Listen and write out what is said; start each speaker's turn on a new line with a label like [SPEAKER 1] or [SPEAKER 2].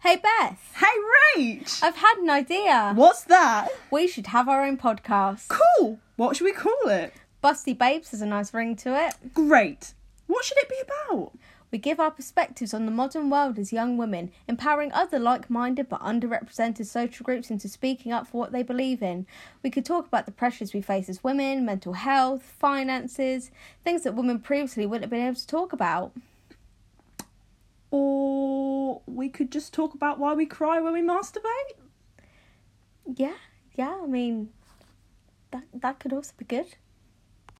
[SPEAKER 1] Hey Beth,
[SPEAKER 2] Hey, Rach!
[SPEAKER 1] I've had an idea.
[SPEAKER 2] What's that?
[SPEAKER 1] We should have our own podcast.
[SPEAKER 2] Cool! What should we call it?
[SPEAKER 1] Busty Babes has a nice ring to it.
[SPEAKER 2] Great! What should it be about?
[SPEAKER 1] We give our perspectives on the modern world as young women, empowering other like minded but underrepresented social groups into speaking up for what they believe in. We could talk about the pressures we face as women, mental health, finances, things that women previously wouldn't have been able to talk about.
[SPEAKER 2] Or we could just talk about why we cry when we masturbate?
[SPEAKER 1] Yeah, yeah, I mean, that, that could also be good.